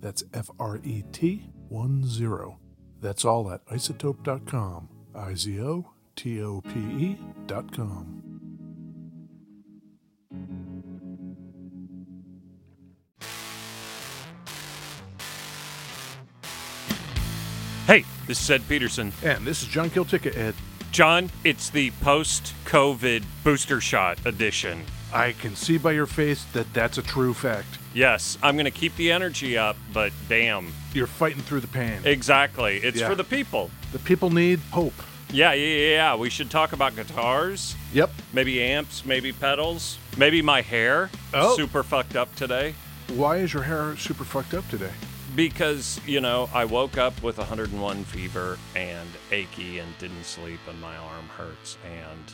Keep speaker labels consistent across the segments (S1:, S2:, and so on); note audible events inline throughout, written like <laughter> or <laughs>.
S1: That's F R E T 1 0. That's all at isotope.com. I Z O T O P E E.com.
S2: Hey, this is Ed Peterson.
S1: And this is John Kiltica, Ed.
S2: John, it's the post COVID booster shot edition.
S1: I can see by your face that that's a true fact.
S2: Yes, I'm going to keep the energy up, but damn.
S1: You're fighting through the pain.
S2: Exactly. It's
S1: Yeah.
S2: for the people.
S1: The people need hope.
S2: Yeah, yeah, yeah, yeah. We should talk about guitars,
S1: Yep.
S2: maybe amps, maybe pedals, maybe my hair.
S1: Oh.
S2: Super fucked up today
S1: Why is your hair super fucked up today?
S2: because, you know, I woke up with 101 fever and achy and didn't sleep and my arm hurts and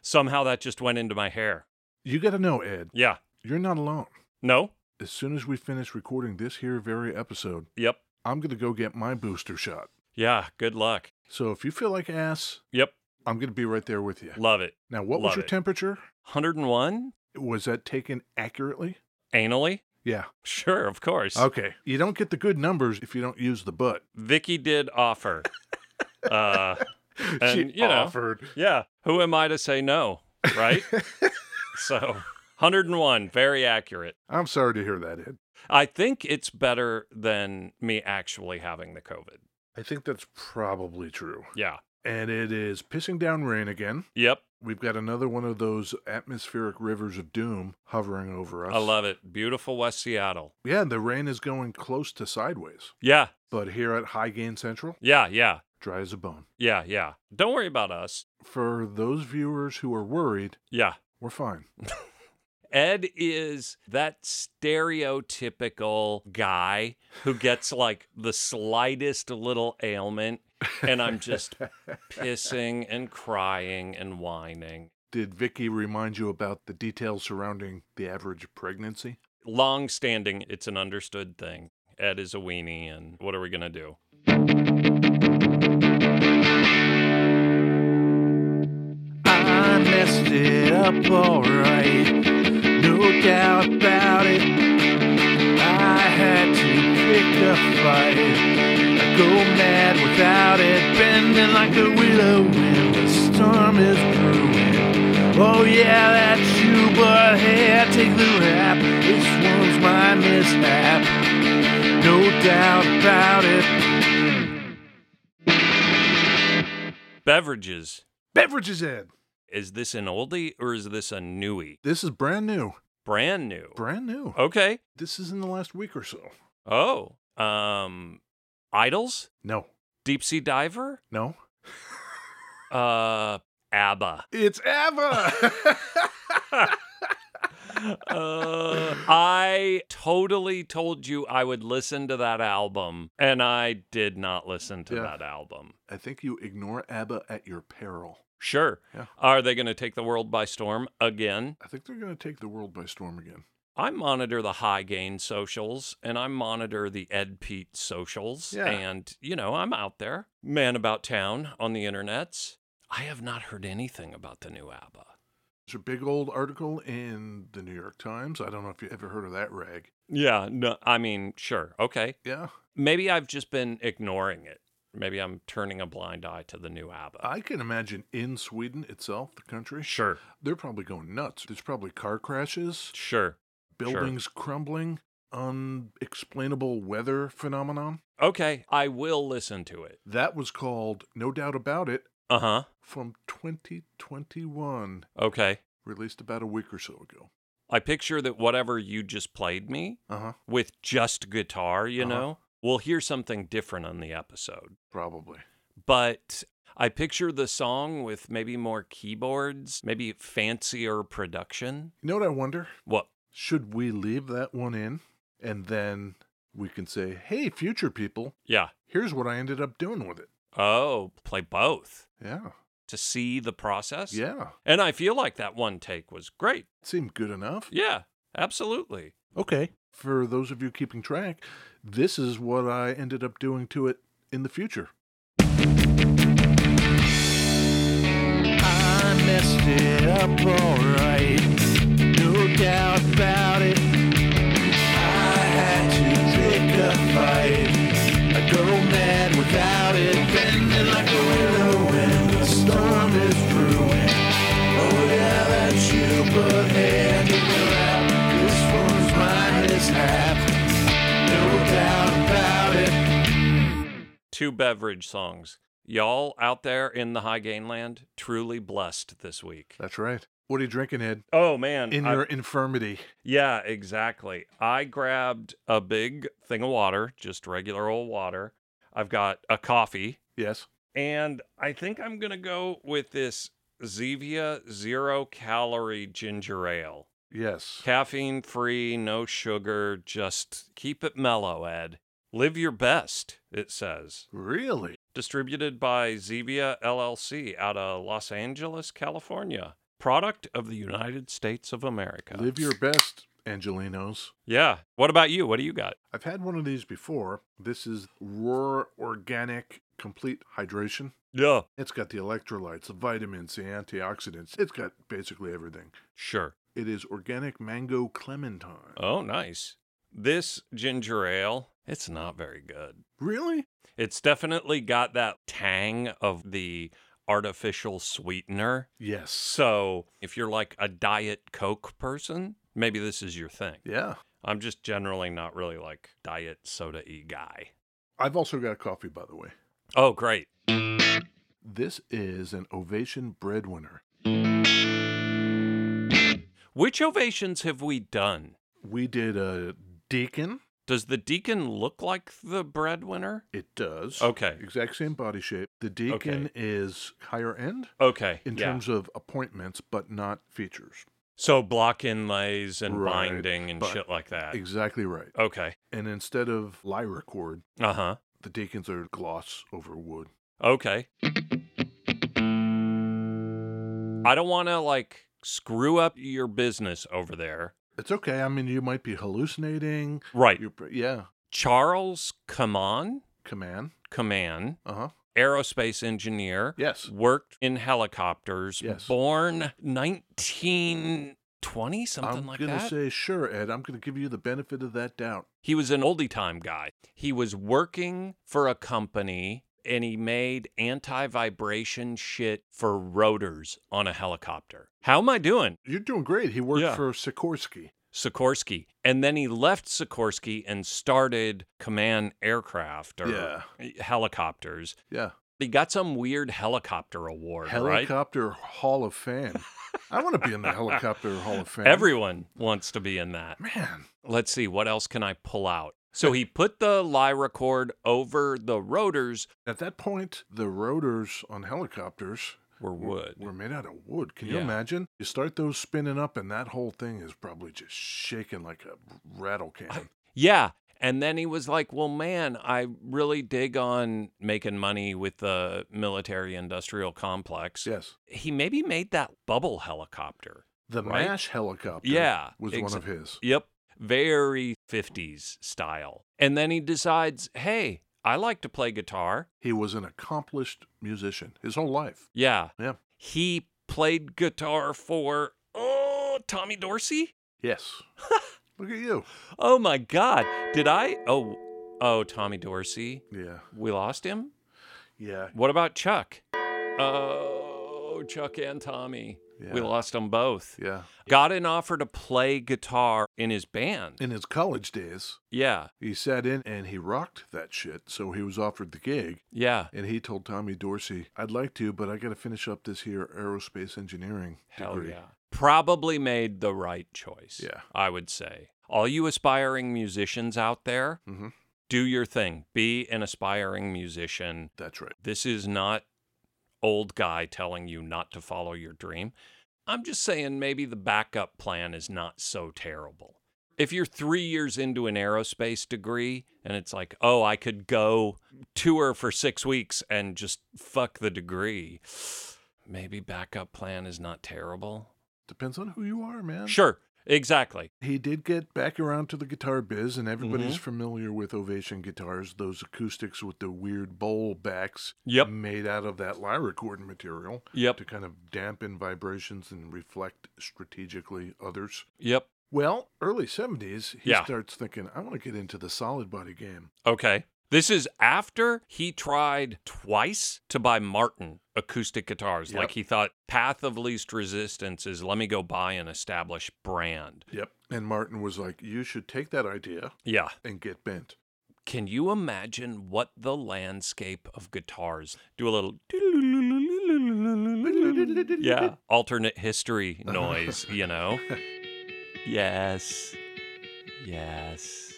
S2: somehow that just went into my hair.
S1: You got to know, Ed,
S2: Yeah.
S1: you're not alone.
S2: No?
S1: As soon as we finish recording this here very episode,
S2: Yep.
S1: I'm going to go get my booster shot.
S2: Yeah, good luck.
S1: So if you feel like ass,
S2: Yep,
S1: I'm going to be right there with you.
S2: love it.
S1: Now, what was
S2: Love
S1: your
S2: it.
S1: temperature?
S2: 101?
S1: Was that taken accurately?
S2: Anally?
S1: Yeah.
S2: Sure, of course.
S1: Okay. You don't get the good numbers if you don't use the butt. <laughs>
S2: Vicky did offer. uh,
S1: she
S2: And, you know.
S1: offered.
S2: yeah, who am I to say no, right? so 101, very accurate.
S1: I'm sorry to hear that, Ed.
S2: I think it's better than me actually having the COVID.
S1: I think that's probably true.
S2: Yeah.
S1: And it is pissing down rain again.
S2: Yep,
S1: We've got another one of those atmospheric rivers of doom hovering over us.
S2: I love it. Beautiful West Seattle.
S1: Yeah, the rain is going close to sideways.
S2: Yeah,
S1: But here at High Gain Central,
S2: yeah, yeah,
S1: dry as a bone.
S2: yeah, yeah. Don't worry about us.
S1: For those viewers who are worried,
S2: Yeah.
S1: we're fine.
S2: Ed is that stereotypical guy who gets like the slightest little ailment, and I'm just pissing and crying and whining.
S1: Did Vicky remind you about the details surrounding the average pregnancy?
S2: Long standing, it's an understood thing. Ed is a weenie, and what are we going to do?
S1: I messed it up alright, no doubt about it. I had to pick a fight, I go mad without it, bending like a willow when the storm is brewing. Oh yeah, that's you, but hey, I take the rap. This one's my mishap, no doubt about it.
S2: Beverages.
S1: Beverages Ed.
S2: Is this an oldie or is this a newie?
S1: This is brand new,
S2: Brand new.
S1: brand new.
S2: Okay.
S1: This is in the last week or so.
S2: Oh, um, Idols?
S1: No,
S2: Deep Sea Diver?
S1: no,
S2: Uh, ABBA.
S1: It's Ava.
S2: uh, I totally told you I would listen to that album, and I did not listen to
S1: Yeah.
S2: that album.
S1: <laughs> I think you ignore ABBA at your peril.
S2: Sure.
S1: Yeah.
S2: Are they going to take the world by storm again?
S1: I think they're going to take the world by storm again.
S2: I monitor the high gain socials and I monitor the Ed Pete socials.
S1: Yeah.
S2: And, you know, I'm out there, man about town on the internets. I have not heard anything about the new ABBA.
S1: There's a big old article in the New York Times. I don't know if you ever heard of that rag.
S2: Yeah, no, I mean, sure. Okay.
S1: Yeah.
S2: Maybe I've just been ignoring it. Maybe I'm turning a blind eye to the new ABBA.
S1: I can imagine in Sweden itself, the country,
S2: sure,
S1: they're probably going nuts. There's probably car crashes,
S2: sure.
S1: buildings crumbling, unexplainable weather phenomenon.
S2: Okay, I will listen to it.
S1: That was called No Doubt About It
S2: Uh huh.
S1: from 2021,
S2: Okay.
S1: released about a week or so ago.
S2: I picture that whatever you just played me
S1: Uh huh.
S2: with just guitar, you
S1: Uh-huh.
S2: know, we'll hear something different on the episode.
S1: Probably.
S2: But I picture the song with maybe more keyboards, maybe fancier production.
S1: You know what I wonder?
S2: What?
S1: Should we leave that one in and then we can say, hey, future people,
S2: Yeah.
S1: here's what I ended up doing with it?
S2: Oh, play both
S1: Yeah.
S2: to see the process.
S1: Yeah.
S2: And I feel like that one take was great.
S1: Seemed good enough.
S2: Yeah, absolutely.
S3: Okay.
S1: For those of you keeping track, this is what I ended up doing to it in the future.
S4: I messed it up alright, no doubt about it. I had to pick a fight. I go mad without it, bending like a willow when the storm is brewing. Oh yeah, that's you, but hand in your lap. This one's mine, mishap, no doubt about it.
S2: Two beverage songs. Y'all out there in the high gain land, truly blessed this week.
S1: That's right. What are you drinking, Ed?
S2: Oh man.
S1: In
S2: I-
S1: your infirmity.
S2: yeah, exactly. I grabbed a big thing of water, just regular old water. I've got a coffee,
S1: Yes.
S2: and I think I'm going to go with this Zevia zero calorie ginger ale.
S1: Yes.
S2: Caffeine free, no sugar, just keep it mellow, Ed. Live your best, it says.
S1: Really?
S2: Distributed by Zevia LLC out of Los Angeles, California. Product of the United States of America.
S1: Live your best, Angelinos.
S2: yeah. What about you? What do you got?
S1: I've had one of these before. This is Roar Organic Complete Hydration.
S2: Yeah.
S1: It's got the electrolytes, the vitamins, the antioxidants. It's got basically everything.
S2: Sure.
S1: It is organic mango clementine.
S2: Oh, nice. This ginger ale, it's not very good.
S1: Really?
S2: It's definitely got that tang of the artificial sweetener.
S1: Yes.
S2: So, if you're like a Diet Coke person, maybe this is your thing.
S1: Yeah.
S2: I'm just generally not really like diet soda y guy.
S1: I've also got coffee, by the way.
S2: Oh, great.
S1: This is an Ovation Breadwinner.
S2: Which ovations have we done?
S1: We did a Deacon.
S2: Does the deacon look like the breadwinner?
S1: It does.
S2: Okay.
S1: Exact same body shape. The Deacon is higher end
S2: Okay.
S1: in
S2: yeah.
S1: terms of appointments, but not features.
S2: so block inlays and
S1: Right,
S2: binding and
S1: but-
S2: shit like that.
S1: Exactly right.
S2: okay.
S1: And instead of lyra cord,
S2: Uh huh.
S1: the deacons are gloss over wood.
S2: Okay. I don't want to like screw up your business over there.
S1: It's okay. I mean, you might be hallucinating.
S2: Right.
S1: You're, pr- yeah.
S2: Charles Kaman,
S1: Command.
S2: Kaman,
S1: Uh huh.
S2: aerospace engineer.
S1: Yes.
S2: worked in helicopters,
S1: Yes.
S2: born 1920, something
S1: I'm
S2: like
S1: gonna
S2: that.
S1: say sure, Ed. I'm gonna give you the benefit of that doubt.
S2: he was an oldie time guy. He was working for a company and he made anti vibration shit for rotors on a helicopter. How am I doing?
S1: You're doing great. He worked
S2: Yeah.
S1: for Sikorsky.
S2: Sikorsky. And then he left Sikorsky and started Command Aircraft or e,
S1: Yeah.
S2: helicopters.
S1: Yeah.
S2: He got some weird helicopter award, right?
S1: Helicopter Hall of Fame. I want to be in the Helicopter Hall of Fame.
S2: Everyone wants to be in that.
S1: man.
S2: let's see what else can i pull out so he put the lyra cord over the rotors
S1: At that point, the rotors on helicopters
S2: were wood
S1: were made out of wood. Can you
S2: Yeah.
S1: imagine? You start those spinning up, and that whole thing is probably just shaking like a rattle can.
S2: yeah and then he was like well man i really dig on making money with the military industrial complex
S1: <laughs> yes.
S2: he maybe made that bubble helicopter
S1: The
S2: Right?
S1: MASH helicopter
S2: Yeah,
S1: was
S2: exa-
S1: one of his.
S2: Yep. Very 50s style. And then he decides, hey, I like to play guitar.
S1: He was an accomplished musician his whole life.
S2: Yeah.
S1: Yeah.
S2: He played guitar for, oh, Tommy Dorsey? <laughs>
S1: Yes. Look at you.
S2: Oh my God. Did I? Oh, oh, Tommy Dorsey.
S1: Yeah.
S2: We lost him?
S1: Yeah.
S2: What about Chuck? Oh, Chuck and Tommy. We
S1: Yeah.
S2: lost them both.
S1: Yeah.
S2: Got an offer to play guitar in his band.
S1: In his college days,
S2: Yeah.
S1: he sat in and he rocked that shit. So he was offered the gig.
S2: Yeah.
S1: And he told Tommy Dorsey, I'd like to, but I got to finish up this here aerospace engineering
S2: Hell
S1: degree.
S2: yeah. Probably made the right choice.
S1: Yeah.
S2: I would say. All you aspiring musicians out there,
S1: Mhm.
S2: do your thing. Be an aspiring musician.
S1: That's right.
S2: This is not old guy telling you not to follow your dream. I'm just saying maybe the backup plan is not so terrible. If you're three years into an aerospace degree and it's like, oh, I could go tour for six weeks and just fuck the degree, maybe backup plan is not terrible.
S1: Depends on who you are, man.
S2: Sure, exactly.
S1: He did get back around to the guitar biz, and
S2: Mm-hmm.
S1: everybody's familiar with Ovation guitars, those acoustics with the weird bowl backs
S2: Yep.
S1: made out of that lyricorn material
S2: Yep.
S1: to kind of dampen vibrations and reflect strategically others.
S2: Yep.
S1: Well, early 70s, he
S2: Yeah.
S1: starts thinking, I want to get into the solid body game.
S2: Okay. This is after he tried twice to buy Martin acoustic guitars.
S1: Yep.
S2: Like he thought, path of least resistance is let me go buy an established brand.
S1: Yep. And Martin was like, You should take that idea
S2: Yeah.
S1: and get bent.
S2: Can you imagine what the landscape of guitars? Do a little yeah, alternate history noise, you know? yes. Yes.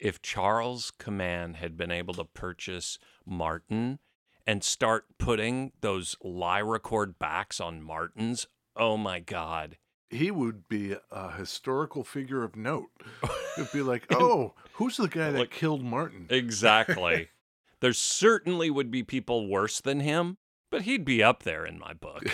S2: If Charles Command had been able to purchase Martin and start putting those Lyricord backs on Martins, oh my God.
S1: He would be a historical figure of
S2: <laughs>
S1: note. It'd be like, Oh, who's the guy that
S2: Like-
S1: killed Martin?
S2: Exactly. there certainly would be people worse than him, but he'd be up there in
S1: <laughs>
S2: my book.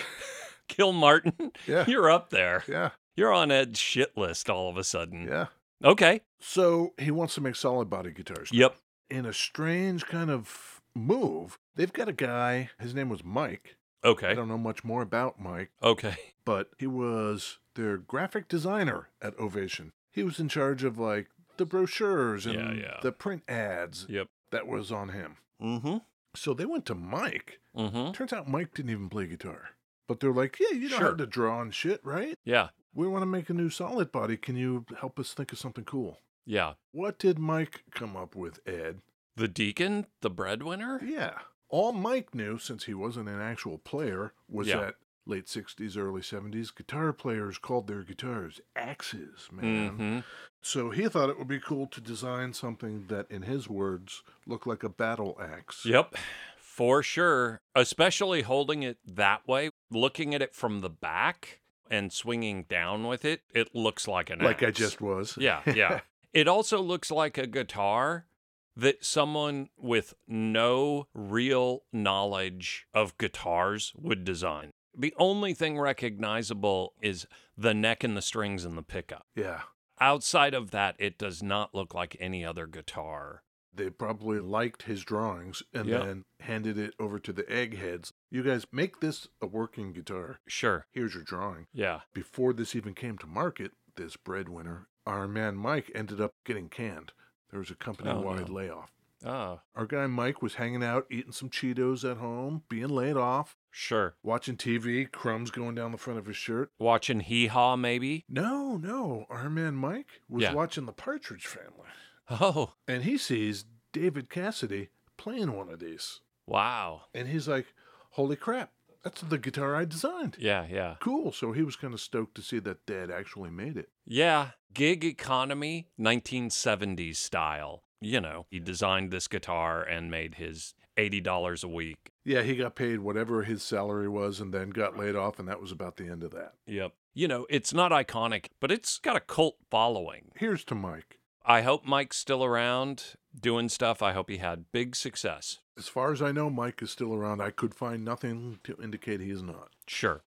S2: Kill Martin,
S1: Yeah.
S2: you're up there.
S1: Yeah.
S2: You're on Ed's shit list all of a sudden.
S1: Yeah.
S2: Okay.
S1: So he wants to make solid body guitars.
S2: Yep.
S1: In a strange kind of move, they've got a guy, his name was Mike. I
S2: Okay.
S1: don't know much more about Mike,
S2: Okay. <laughs>
S1: but he was their graphic designer at Ovation. He was in charge of like the brochures and
S2: Yeah, yeah.
S1: the print ads
S2: Yep.
S1: that was on him.
S2: Mm-hmm.
S1: So they went to Mike.
S2: Mm-hmm.
S1: Turns out Mike didn't even play guitar. But they're like, yeah, you know how
S2: Sure.
S1: to draw and shit, right?
S2: Yeah.
S1: We want to make a new solid body. Can you help us think of something cool?
S2: Yeah.
S1: What did Mike come up with, Ed?
S2: The deacon, the breadwinner?
S1: Yeah. All Mike knew, since he wasn't an actual player, was
S2: Yeah.
S1: that late 60s, early 70s, guitar players called their guitars axes, man.
S2: Mm-hmm.
S1: So he thought it would be cool to design something that, in his words, looked like a battle axe.
S2: Yep. For sure. Especially holding it that way, looking at it from the back and swinging down with it, it looks like an
S1: Like I
S2: axe.
S1: just <laughs> was.
S2: Yeah, yeah. it also looks like a guitar that someone with no real knowledge of guitars would design. The only thing recognizable is the neck and the strings and the pickup.
S1: yeah.
S2: Outside of that, it does not look like any other guitar.
S1: They probably liked his drawings and
S2: Yeah.
S1: then handed it over to the eggheads. You guys make this a working guitar.
S2: Sure.
S1: Here's your drawing.
S2: Yeah.
S1: before this even came to market, this breadwinner, our man Mike ended up getting canned. There was a company wide
S2: Oh, no.
S1: layoff.
S2: Oh,
S1: Our guy Mike was hanging out, eating some Cheetos at home, being laid off,
S2: sure.
S1: watching TV, crumbs going down the front of his shirt.
S2: Watching Hee Haw, maybe? <laughs>
S1: No, no, our man Mike was
S2: Yeah.
S1: watching the Partridge family.
S2: Oh,
S1: And he sees David Cassidy playing one of these.
S2: wow.
S1: And he's like, holy crap, that's the guitar I designed.
S2: Yeah, yeah.
S1: Cool. So he was kind of stoked to see that they had actually made it.
S2: Yeah, gig economy, 1970s style. You know, he designed this guitar and made his $80 a week.
S1: Yeah, he got paid whatever his salary was and then got laid off, and that was about the end of that.
S2: Yep. You know, it's not iconic, but it's got a cult following.
S1: Here's to Mike.
S2: I hope Mike's still around doing stuff. I hope he had big success.
S1: As far as I know, Mike is still around. I could find nothing to indicate he is not.
S2: Sure.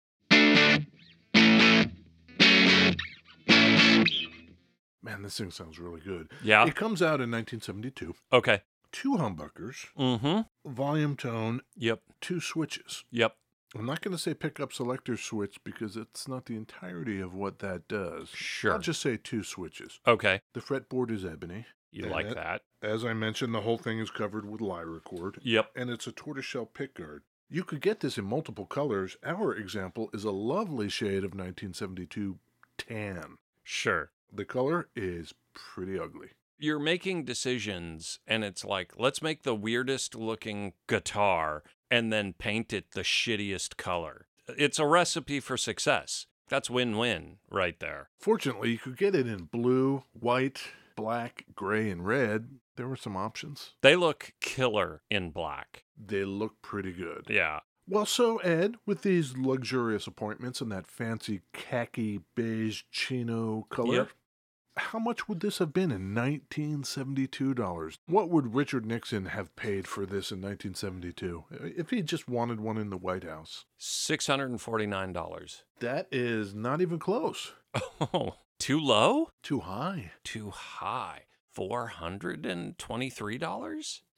S1: Man, this thing sounds really good.
S2: Yeah.
S1: It comes out in 1972.
S2: Okay.
S1: Two humbuckers,
S2: Mm-hmm.
S1: volume tone,
S2: Yep.
S1: two switches.
S2: Yep.
S1: I'm not going to say pickup selector switch because it's not the entirety of what that does.
S2: Sure.
S1: I'll just say two switches.
S2: Okay.
S1: The fretboard is ebony.
S2: You
S1: And
S2: like
S1: it-
S2: that?
S1: As I mentioned, the whole thing is covered with lyricord,
S2: Yep.
S1: and it's a tortoiseshell pickguard. You could get this in multiple colors. Our example is a lovely shade of 1972 tan.
S2: Sure.
S1: The color is pretty ugly.
S2: You're making decisions, and it's like, let's make the weirdest looking guitar and then paint it the shittiest color. It's a recipe for success. That's win win right there.
S1: Fortunately, you could get it in blue, white, black, gray, and red. There were some options.
S2: They look killer in black.
S1: They look pretty good.
S2: Yeah.
S1: Well, so Ed, with these luxurious appointments and that fancy khaki beige chino color,
S2: Yep.
S1: how much would this have been in 1972 dollars? What would Richard Nixon have paid for this in 1972 if he just wanted one in the White House?
S2: $649.
S1: That is not even close.
S2: <laughs> Oh, too low?
S1: Too high.
S2: Too high. $423?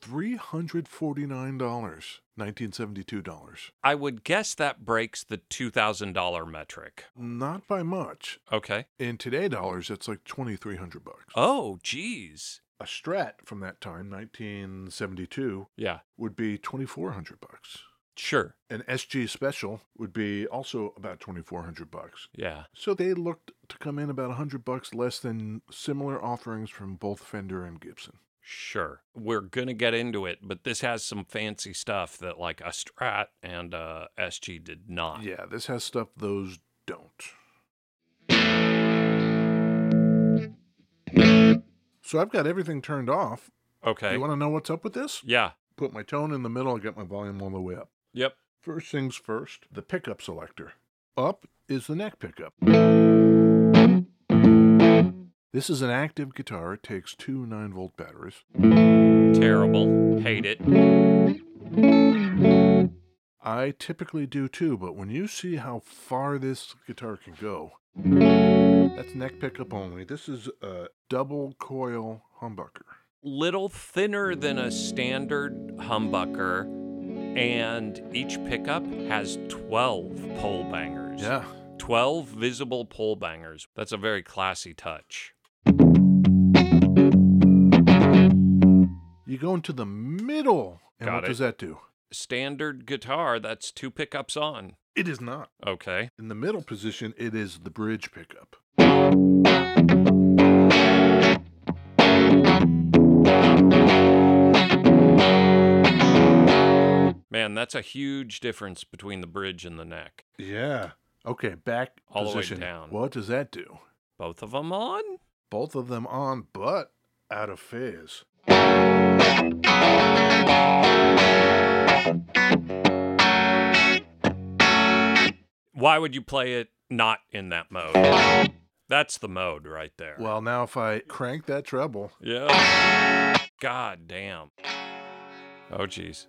S1: $349, 1972 dollars.
S2: I would guess that breaks the $2,000 metric.
S1: Not by much.
S2: Okay.
S1: In today dollars, it's like 2300 bucks.
S2: Oh, geez.
S1: A Strat from that time, 1972,
S2: Yeah,
S1: would be 2400 bucks.
S2: sure.
S1: An SG special would be also about 2400 bucks.
S2: Yeah.
S1: So they looked to come in about 100 bucks less than similar offerings from both Fender and Gibson.
S2: Sure. We're going to get into it, but this has some fancy stuff that like a Strat and uh SG did not.
S1: Yeah, this has stuff those don't. So I've got everything turned off.
S2: Okay.
S1: You want to know what's up with this?
S2: yeah.
S1: Put my tone in the middle, I got my volume all the way up.
S2: Yep.
S1: First things first, the pickup selector. Up is the neck pickup. This is an active guitar. It takes two 9 volt batteries.
S2: Terrible. Hate it.
S1: I typically do too, but when you see how far this guitar can go, that's neck pickup only. This is a double coil humbucker.
S2: Little thinner than a standard humbucker and each pickup has 12 pole bangers. 12 visible pole bangers. That's a very classy touch.
S1: You go into the middle, and
S2: Got
S1: what
S2: it.
S1: does that do?
S2: Standard guitar, that's two pickups on.
S1: It is not.
S2: Okay.
S1: In the middle position, it is the bridge pickup.
S2: Man, that's a huge difference between the bridge and the neck.
S1: Yeah. Okay, back
S2: All the way
S1: position.
S2: down.
S1: What does that do?
S2: Both of them on?
S1: Both of them on, but out of phase.
S2: Why would you play it not in that mode? That's the mode right there.
S1: Well, now if I crank that treble,
S2: Yeah. God damn. Oh, jeez.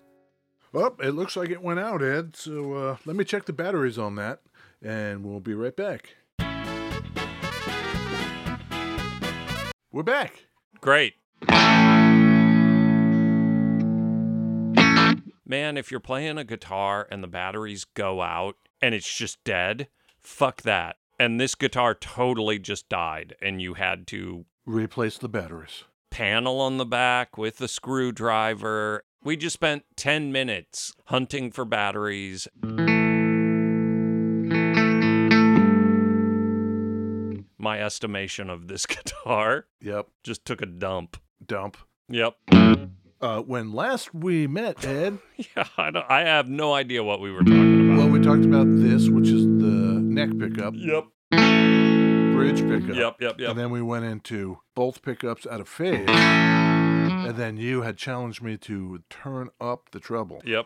S1: well, Oh, it looks like it went out, Ed. So uh, let me check the batteries on that, and we'll be right back. We're back.
S2: Great. Man, if you're playing a guitar and the batteries go out and it's just dead, fuck that. And this guitar totally just died, and you had to
S1: Replace the batteries.
S2: panel on the back with a screwdriver. We just spent 10 minutes hunting for batteries. My estimation of this <laughs> guitar
S1: Yep.
S2: just took a dump.
S1: Dump.
S2: Yep. <laughs>
S1: Uh, when last we met, Ed,
S2: Yeah, I, don't, I have no idea what we were talking about.
S1: well, we talked about this, which is the neck pickup,
S2: Yep.
S1: bridge pickup.
S2: Yep, yep, yep.
S1: And then we went into both pickups out of phase. And then you had challenged me to turn up the treble.
S2: Yep.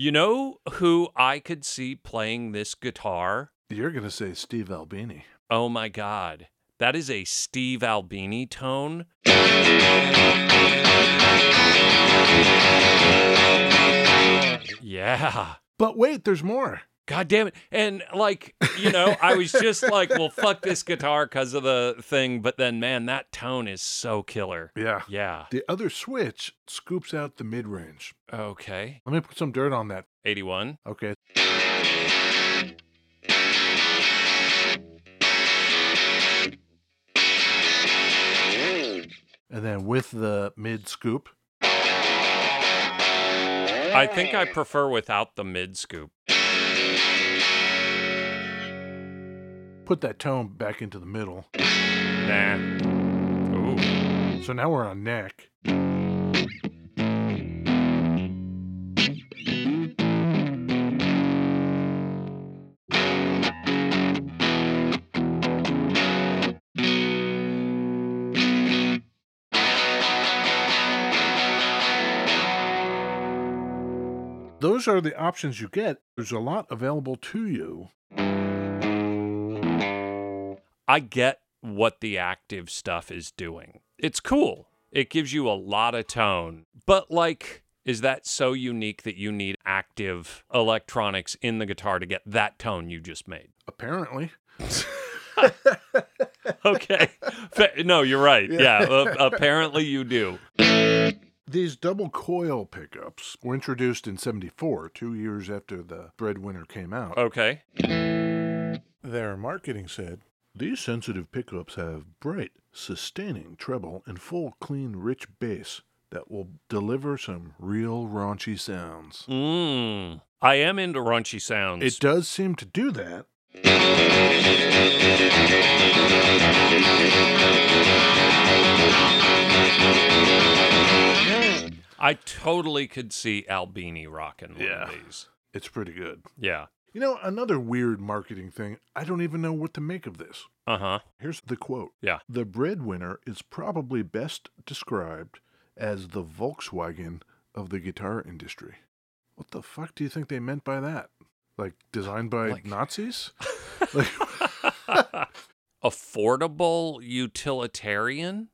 S2: You know who I could see playing this guitar?
S1: You're going to say Steve Albini.
S2: Oh my God. That is a Steve Albini tone. Yeah.
S1: But wait, there's more.
S2: God damn it. And like, you know, I was just like, well, fuck this guitar because of the thing. But then, man, that tone is so killer.
S1: Yeah.
S2: Yeah.
S1: The other switch scoops out the mid range.
S2: Okay.
S1: Let me put some dirt on that.
S2: 81.
S1: Okay. And then with the mid scoop,
S2: I think I prefer without the mid scoop.
S1: put that tone back into the middle.
S2: Nah. Ooh.
S1: So now we're on neck. Those are the options you get. There's a lot available to you.
S2: I get what the active stuff is doing. It's cool. It gives you a lot of tone. But like is that so unique that you need active electronics in the guitar to get that tone you just made?
S1: Apparently, <laughs>
S2: <laughs> Okay. Fa- no, you're right. Yeah, uh,
S1: <laughs>
S2: apparently you do.
S1: These double coil pickups were introduced in 74, two years after the Breadwinner came out.
S2: Okay.
S3: Their marketing said,
S1: These sensitive pickups have bright, sustaining treble and full, clean, rich bass that will deliver some real raunchy sounds.
S2: Mm. I am into raunchy sounds.
S1: It does seem to do that.
S2: I totally could see Albini rocking one
S1: Yeah.
S2: of these.
S1: It's pretty good.
S2: Yeah.
S1: You know, another weird marketing thing, I don't even know what to make of this.
S2: Uh-huh.
S1: Here's the quote
S2: Yeah.
S1: The breadwinner is probably best described as the Volkswagen of the guitar industry. What the fuck do you think they meant by that? Like designed by
S2: Like- <laughs>
S1: Nazis? like,
S2: affordable utilitarian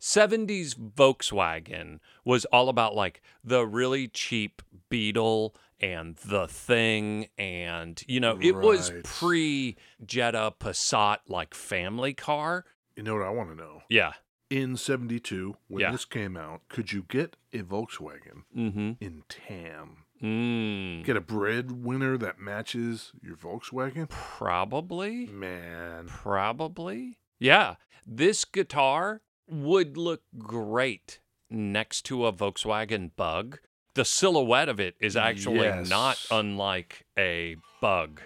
S2: 70s Volkswagen was all about like the really cheap Beetle and the thing and you know it was
S1: Right.
S2: pre Jetta Passat like family car
S1: you know what I want to know?
S2: yeah
S1: In 72, when
S2: Yeah.
S1: this came out, could you get a Volkswagen
S2: mhm
S1: in TAM?
S2: mm,
S1: Get a breadwinner that matches your Volkswagen?
S2: probably
S1: Mm. Man.
S2: Probably. Yeah. This guitar would look great next to a Volkswagen bug. The silhouette of it is actually
S1: Yes.
S2: not unlike a bug.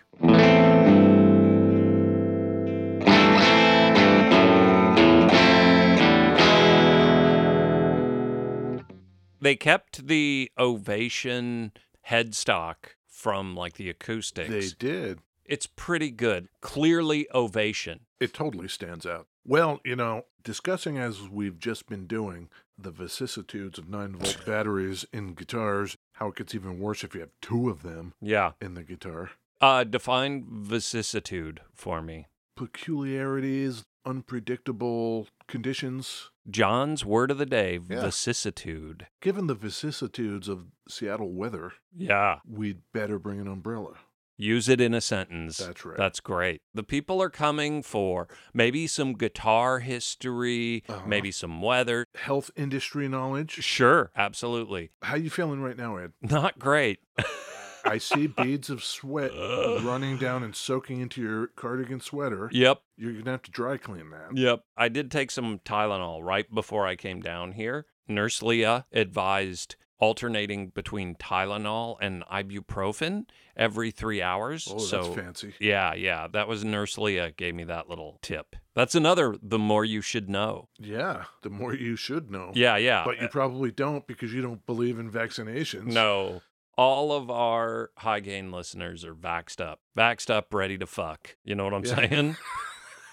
S2: They kept the ovation headstock from like the acoustics
S1: They did.
S2: it's pretty good. Clearly ovation.
S1: It totally stands out. Well, you know, discussing as we've just been doing the vicissitudes of 9 volt batteries in guitars, how it gets even worse if you have two of them
S2: Yeah.
S1: in the guitar,
S2: Uh, define vicissitude for me.
S1: peculiarities, unpredictable conditions.
S2: John's word of the day:
S1: Yeah.
S2: vicissitude.
S1: Given the vicissitudes of Seattle weather,
S2: Yeah.
S1: we'd better bring an umbrella.
S2: Use it in a sentence.
S1: That's right.
S2: That's great. The people are coming for maybe some guitar history,
S1: Uh-huh.
S2: maybe some weather.
S1: Health industry knowledge.
S2: Sure, absolutely.
S1: How you feeling right now, Ed?
S2: Not great. <laughs>
S1: I see beads of sweat running down and soaking into your cardigan sweater.
S2: Yep.
S1: You're going to have to dry clean that.
S2: Yep. I did take some Tylenol right before I came down here. Nurse Leah advised alternating between Tylenol and ibuprofen every three hours.
S1: Oh,
S2: so,
S1: that's fancy.
S2: yeah, yeah. That was Nurse Leah gave me that little tip. That's another, the more you should know.
S1: Yeah, the more you should know.
S2: Yeah, yeah.
S1: Oh, But you
S2: Uh,
S1: probably don't because you don't believe in vaccinations.
S2: no. All of our high gain listeners are vaxxed up, vaxxed up, ready to fuck. You know what I'm
S1: Yeah.
S2: saying?
S1: <laughs>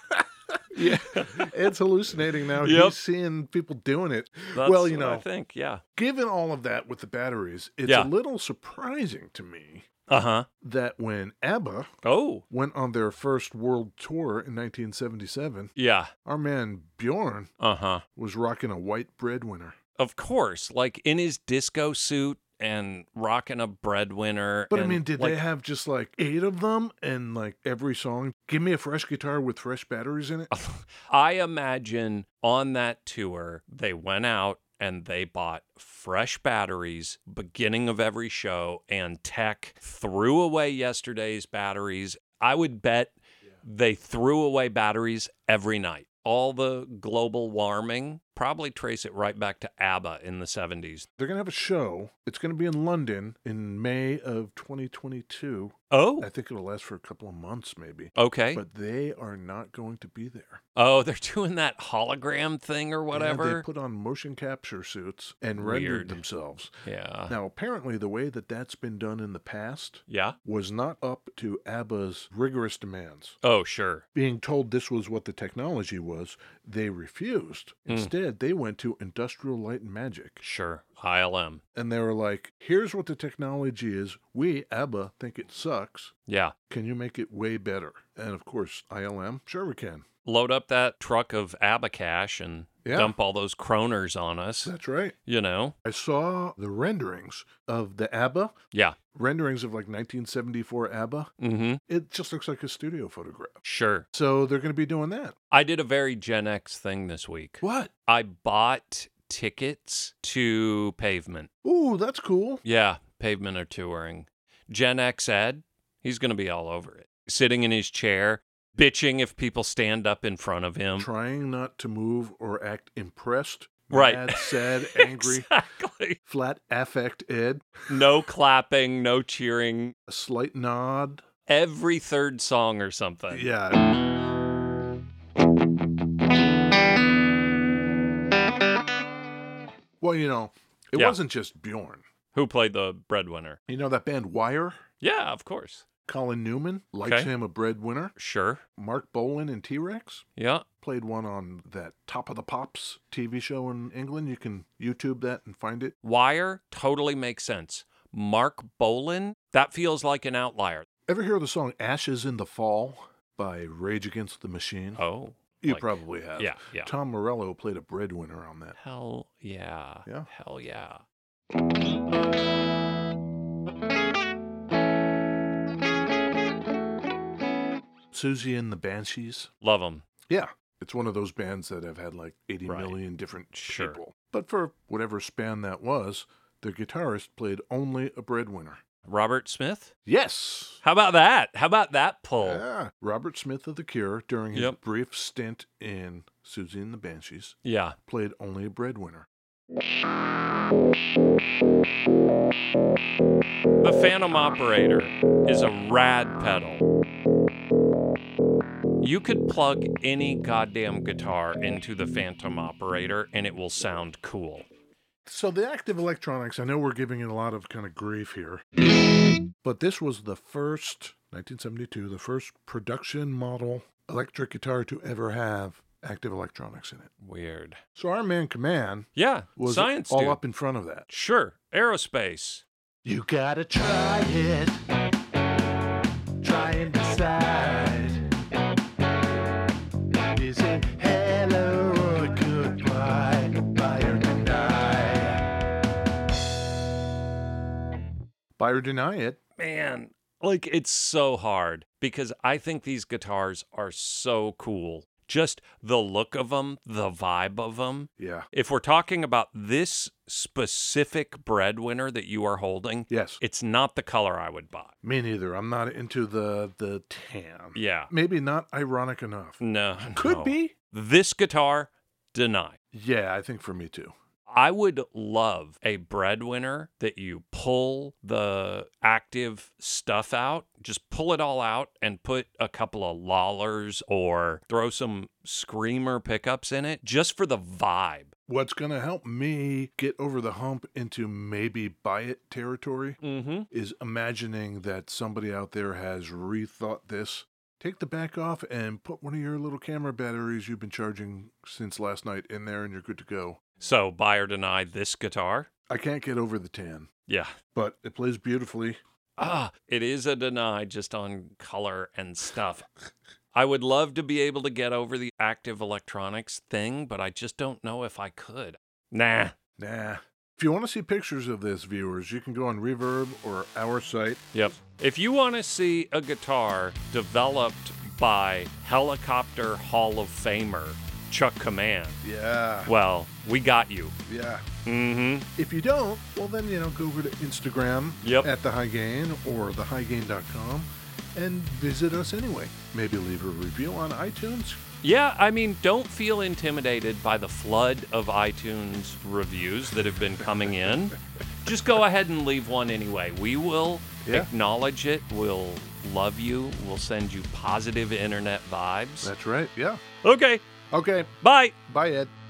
S1: Yeah. It's hallucinating now.
S2: <laughs> Yep.
S1: He's seeing people doing it.
S2: That's
S1: <laughs> well, you
S2: what I
S1: know,
S2: think, yeah.
S1: given all of that with the batteries, it's
S2: Yeah.
S1: a little surprising to me
S2: Uh huh.
S1: that when ABBA
S2: Oh,
S1: went on their first world tour in 1977,
S2: yeah.
S1: our man Bjorn
S2: Uh huh.
S1: was rocking a white breadwinner.
S2: of course, like in his disco suit and rocking a breadwinner.
S1: But I
S2: and,
S1: mean, did they
S2: like,
S1: have just like eight of them and like every song? Give me a fresh guitar with fresh batteries in it.
S2: I imagine on that tour, they went out and they bought fresh batteries beginning of every show and tech threw away yesterday's batteries. I would bet they threw away batteries every night. All the global warming, probably trace it right back to ABBA in the 70s.
S1: They're going to have a show. It's going to be in London in May of 2022.
S2: Oh,
S1: I think it'll last for a couple of months, maybe.
S2: okay.
S1: But they are not going to be there.
S2: Oh, they're <laughs> doing that hologram thing or
S1: Yeah,
S2: whatever.
S1: they put on motion capture suits and rendered
S2: Weird. Uh.
S1: themselves.
S2: Yeah.
S1: Now, apparently, the way that that's been done in the past
S2: Yeah.
S1: was not up to ABBA's rigorous demands.
S2: Oh, sure.
S1: Being told this was what the technology was, they refused.
S2: Hmm.
S1: Instead, they went to Industrial Light and Magic
S2: Sure. ILM.
S1: and they were like, here's what the technology is. We, ABBA, think it sucks.
S2: Yeah.
S1: Can you make it way better? And of course, ILM, sure we can.
S2: load up that truck of abacash and
S1: Yeah.
S2: dump all those kroners on us,
S1: That's right.
S2: you know?
S1: I saw the renderings of the ABBA,
S2: Yeah.
S1: renderings of like 1974 ABBA.
S2: Mm-hmm.
S1: It just looks like a studio photograph.
S2: Sure.
S1: So they're going to be doing that.
S2: I did a very Gen X thing this week.
S1: What?
S2: I bought tickets to Pavement.
S1: Ooh, that's cool.
S2: Yeah, Pavement are touring. Gen X Ed, he's going to be all over it. Sitting in his chair, bitching if people stand up in front of
S1: Um,
S2: him.
S1: Trying not to move or act impressed,
S2: Right.
S1: mad, <laughs> sad, angry,
S2: Exactly.
S1: flat affect ed,
S2: No clapping, no cheering.
S1: a slight nod.
S2: Every third song or something.
S1: Yeah. Well, you know, it
S2: Yeah.
S1: wasn't just Bjorn.
S2: Who played the breadwinner?
S1: You know that band Wire?
S2: Yeah, of course.
S1: Colin Newman likes
S2: Okay.
S1: him a breadwinner.
S2: Sure.
S1: Mark Bolan and T Rex
S2: Yeah.
S1: played one on that Top of the Pops TV show in England. You can YouTube that and find it.
S2: Wire totally makes sense. Mark Bolan, that feels like an outlier.
S1: Ever hear the song Ashes in the Fall by Rage Against the Machine?
S2: Oh.
S1: you
S2: like-
S1: probably have.
S2: Yeah. Yeah.
S1: Tom Morello played a breadwinner on that.
S2: Hell yeah.
S1: Yeah.
S2: Hell yeah.
S1: Susie and the Banshees.
S2: Love them.
S1: Yeah. It's one of those bands that have had like eighty million
S2: Right.
S1: different
S2: Sure.
S1: people. But for whatever span that was, their guitarist played only a breadwinner.
S2: Robert Smith?
S1: Yes.
S2: How about that? How about that pull?
S1: Yeah. Oh. Robert Smith of The Cure, during his
S2: Yep.
S1: brief stint in Susie and the Banshees,
S2: yeah.
S1: played only a breadwinner.
S2: The Phantom Operator is a rad pedal. You could plug any goddamn guitar into the Phantom Operator and it will sound cool.
S1: So the active electronics, I know we're giving it a lot of kind of grief here, but this was the first 1972, the first production model electric guitar to ever have active electronics in it.
S2: Weird.
S1: So our man Command
S2: Yeah.
S1: was
S2: Science
S1: all
S2: dude.
S1: up in front of that.
S2: Sure. Aerospace.
S4: You gotta try it. Try and decide. Is it hello or goodbye? Buy or deny?
S1: Buy or deny it.
S2: man, like it's so hard because I think these guitars are so cool. Just the look of them, the vibe of them.
S1: Yeah.
S2: If we're talking about this specific breadwinner that you are holding,
S1: Yes.
S2: it's not the color I would buy.
S1: Me neither. I'm not into the the tan.
S2: Yeah.
S1: Maybe not ironic enough.
S2: No. <laughs>
S1: Could
S2: no.
S1: be.
S2: This guitar, deny.
S1: Yeah, I think for me too.
S2: I would love a breadwinner that you pull the active stuff out, just pull it all out and put a couple of lollers or throw some screamer pickups in it just for the vibe.
S1: What's going to help me get over the hump into maybe buy it territory
S2: Mm-hmm.
S1: is imagining that somebody out there has rethought this. Take the back off and put one of your little camera batteries you've been charging since last night in there and you're good to go.
S2: So, buy or deny this guitar?
S1: I can't get over the tan,
S2: Yeah.
S1: but it plays beautifully.
S2: Ah, it is a deny just on color and stuff. I would love to be able to get over the active electronics thing, but I just don't know if I could. Nah,
S1: Nah, If you want to see pictures of this, viewers, you can go on Reverb or our site.
S2: Yep. If you want to see a guitar developed by helicopter Hall of Famer Chuck Command,
S1: Yeah,
S2: well, we got you.
S1: yeah.
S2: Mm hmm.
S1: If you don't, well, then, you know, go over to Instagram
S2: Yep.
S1: at the High Gain or thehighgain.com and visit us anyway. Maybe leave a review on iTunes.
S2: Yeah, I mean, don't feel intimidated by the flood of iTunes reviews that have been coming in. Just go ahead and leave one anyway. We will
S1: Yeah.
S2: acknowledge it. We'll love you. We'll send you positive internet vibes.
S1: That's right. Yeah.
S2: Okay,
S1: Okay.
S2: bye.
S1: Bye, Ed.